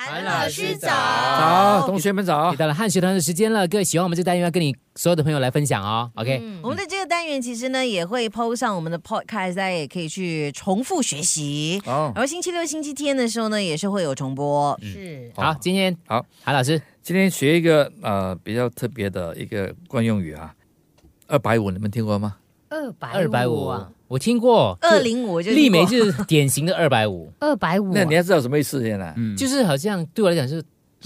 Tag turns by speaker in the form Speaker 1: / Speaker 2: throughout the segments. Speaker 1: 韩老师早
Speaker 2: 早，同学们早
Speaker 3: 又。到了汉学堂的时间了，各位喜欢我们这个单元，要跟你所有的朋友来分享哦。OK，、
Speaker 1: 我们的这个单元其实呢也会 PO 上我们的 podcast，大家也可以去重复学习。
Speaker 2: 哦，
Speaker 1: 而星期六、星期天的时候呢，也是会有重播。
Speaker 4: 是
Speaker 3: 好，今天
Speaker 2: 好，
Speaker 3: 韩老师
Speaker 2: 今天学一个呃比较特别的一个惯用语啊，二百五，你们听过吗？
Speaker 4: 二百
Speaker 3: 二百五，我听过，
Speaker 1: 啊二零五就
Speaker 3: 丽梅就是典型的二百五，
Speaker 4: 二百五，
Speaker 2: 那你要知道什么意思先啊？
Speaker 5: 嗯，
Speaker 3: 就是好像对我来讲是，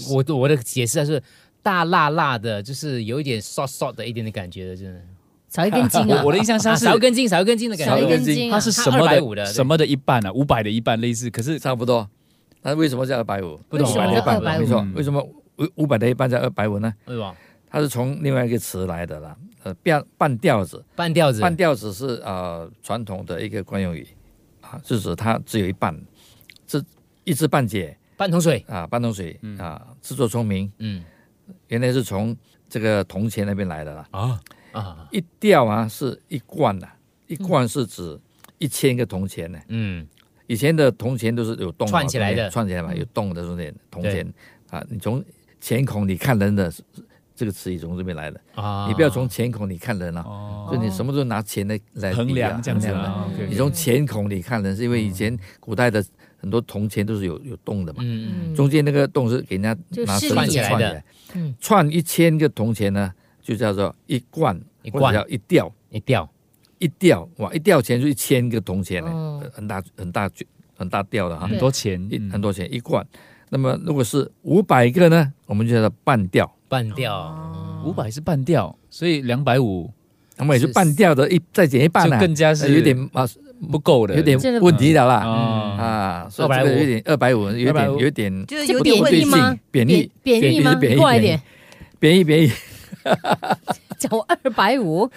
Speaker 3: 我我的解释啊是大辣辣的，就是有一点 s o t s o t 的一点的感觉的，真的，
Speaker 4: 少一根筋啊
Speaker 5: 我我的印象
Speaker 3: 啊
Speaker 5: 上是
Speaker 3: 少一根筋，少一根筋的感
Speaker 4: 少
Speaker 3: 觉，
Speaker 4: 一根
Speaker 2: 少一根
Speaker 4: 筋啊，
Speaker 5: 它是什么
Speaker 3: 它250
Speaker 5: 的
Speaker 3: 的对
Speaker 5: 什么的一半啊，五百的一半类似，可是
Speaker 2: 差不多。那为什么叫二百五？
Speaker 3: 不懂
Speaker 4: 为什么
Speaker 3: 我
Speaker 4: 是
Speaker 3: 不懂
Speaker 4: 250
Speaker 2: 没错
Speaker 5: 嗯，
Speaker 2: 为什么五五百的一半叫二百五呢？
Speaker 3: 为什么？
Speaker 2: 它是从另外一个词来的啦，呃，半半吊子，
Speaker 3: 半吊子，
Speaker 2: 半吊子是呃传统的一个惯用语啊，是指它只有一半，这一知半解
Speaker 3: 半桶水，
Speaker 2: 啊，半桶水啊，自作聪明，
Speaker 3: 嗯
Speaker 2: 原来是从这个铜钱那边来的啦。
Speaker 5: 啊，
Speaker 3: 啊，
Speaker 2: 一吊啊是一贯呐、一贯是指一千个铜钱呢、
Speaker 3: 嗯，
Speaker 2: 以前的铜钱都是有洞嘛啊
Speaker 3: 串起来的嗯
Speaker 2: 串起来嘛，有洞的那种铜钱啊。你从钱孔里看人的这个词语从这边来的，
Speaker 3: 啊，
Speaker 2: 你不要从钱孔里看人啊，
Speaker 5: 哦，
Speaker 2: 就你什么时候拿钱来来比啊
Speaker 5: 衡量这样子
Speaker 2: 衡量
Speaker 5: 啊嗯
Speaker 4: 嗯，OK，OK
Speaker 2: 你从钱孔里看人，是因为以前古代的很多铜钱都是有有洞的嘛，
Speaker 3: 嗯，嗯
Speaker 2: 中间那个洞是给人家
Speaker 4: 就
Speaker 2: 拿
Speaker 4: 是
Speaker 2: 绳
Speaker 3: 串
Speaker 2: 子串
Speaker 3: 起
Speaker 2: 起
Speaker 3: 来
Speaker 2: 来
Speaker 3: 的
Speaker 2: 的
Speaker 4: 嗯，
Speaker 2: 串一千个铜钱呢，就叫做一贯，
Speaker 3: 一
Speaker 2: 或
Speaker 3: 贯
Speaker 2: 者叫一吊。
Speaker 3: 一吊，
Speaker 2: 一吊哇，一吊钱就一千个铜钱呢、
Speaker 4: 哦
Speaker 2: 很很大很大很大吊的哈，
Speaker 5: 很多钱，
Speaker 2: 一
Speaker 5: 嗯
Speaker 2: 很多钱一罐。那么如果是五百个呢，我们就叫它半吊，
Speaker 3: 半吊，
Speaker 1: 哦
Speaker 5: 五百是半吊，所以两百五
Speaker 2: 那么也是半吊的一再减一半
Speaker 5: 就
Speaker 2: 呢、
Speaker 5: 更加是
Speaker 2: 有点啊
Speaker 5: 不够的，
Speaker 2: 有点
Speaker 4: 这个
Speaker 2: 问题了啦、
Speaker 5: 啊，
Speaker 2: 啊，所以这个有点二百五，有点
Speaker 5: 250
Speaker 2: 有点
Speaker 1: 就是
Speaker 4: 这
Speaker 1: 有
Speaker 4: 不
Speaker 1: 点
Speaker 4: 贬
Speaker 1: 问
Speaker 2: 对
Speaker 4: 义
Speaker 1: 题
Speaker 2: 吗
Speaker 4: 吗？
Speaker 2: 贬义
Speaker 4: 贬
Speaker 2: 贬
Speaker 4: 义
Speaker 2: 义
Speaker 4: 吗
Speaker 2: 是？贬义
Speaker 4: 过来一
Speaker 2: 贬义
Speaker 4: 点，
Speaker 2: 便宜便宜
Speaker 4: 讲二百五，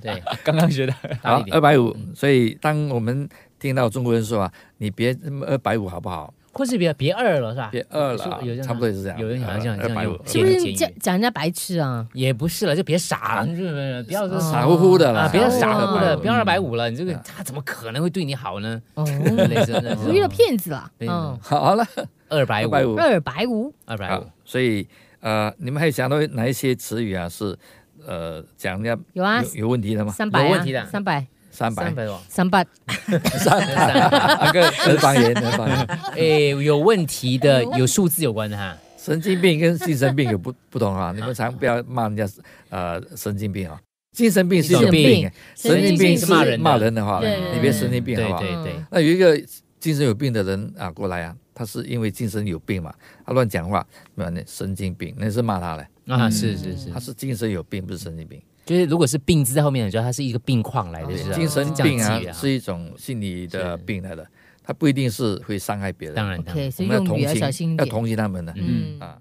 Speaker 3: 对，
Speaker 5: 刚刚学的，
Speaker 3: 大
Speaker 2: 好
Speaker 3: 一点嗯
Speaker 2: 二百五。所以当我们听到中国人说啊，你别二百五好不好？
Speaker 3: 或是别别二了是吧？
Speaker 2: 别二了
Speaker 3: 有这样吗
Speaker 2: 啊，差不多也是这样。哎
Speaker 3: 有人好像这样这样
Speaker 2: 250
Speaker 3: 用
Speaker 4: 是不是
Speaker 3: 便宜
Speaker 4: 讲讲人家白痴啊？
Speaker 3: 也不是了，就别傻了，你就是不要说
Speaker 2: 哦傻乎乎的啦，
Speaker 3: 啊，不要傻乎乎的，
Speaker 2: 250
Speaker 3: 不要二百五了，你这个
Speaker 2: 嗯
Speaker 3: 他怎么可能会对你好呢？
Speaker 4: 哦，
Speaker 3: 类似的
Speaker 4: 我遇到骗子了，
Speaker 3: 对
Speaker 4: 嗯，
Speaker 2: 好了，
Speaker 3: 二百
Speaker 2: 250
Speaker 3: 五，
Speaker 4: 二百五，
Speaker 3: 二百
Speaker 2: 好
Speaker 3: 五，，
Speaker 2: 所以呃，你们还有想到哪一些词语啊？是呃，讲人家
Speaker 4: 有啊，
Speaker 2: 有有问题的吗？
Speaker 4: 三百
Speaker 3: 有
Speaker 4: 啊
Speaker 3: 问题的，
Speaker 4: 三百，
Speaker 2: 三百啊
Speaker 3: 三，百多，
Speaker 4: 三百，
Speaker 2: 那个是方言，是方言。
Speaker 3: 哎，有问题
Speaker 4: 哎
Speaker 3: 的，有数字有关的哈，
Speaker 2: 神经病跟精神病有不不同啊，你们常不要骂人家呃神经病啊，精神病是一种病，神
Speaker 3: 神
Speaker 2: 经病是
Speaker 3: 经病是骂人的
Speaker 2: 骂人的话，
Speaker 4: 对对
Speaker 2: 你别神经病
Speaker 3: 对
Speaker 2: 好不好？
Speaker 3: 对对，
Speaker 2: 那有一个精神有病的人啊过来啊，他是因为精神有病嘛，他乱讲话，那你神经病，那是骂他嘞，
Speaker 3: 啊，是是是
Speaker 2: 嗯他，是精神有病，不是神经病。
Speaker 3: 就是如果是病字在后面，你知道它是一个病况来的，
Speaker 2: 对
Speaker 3: 是吧
Speaker 2: 啊精神病
Speaker 3: 这样
Speaker 2: 啊
Speaker 3: 记的，
Speaker 2: 是一种心理的病来的，它不一定是会伤害别人。
Speaker 3: 当然当然
Speaker 4: OK，，
Speaker 2: 我
Speaker 4: 所以
Speaker 2: 们要
Speaker 4: 用
Speaker 2: 同
Speaker 4: 语要
Speaker 2: 情
Speaker 4: 小心一
Speaker 2: 要
Speaker 4: 点，
Speaker 2: 同情他们的
Speaker 4: 嗯
Speaker 2: 啊。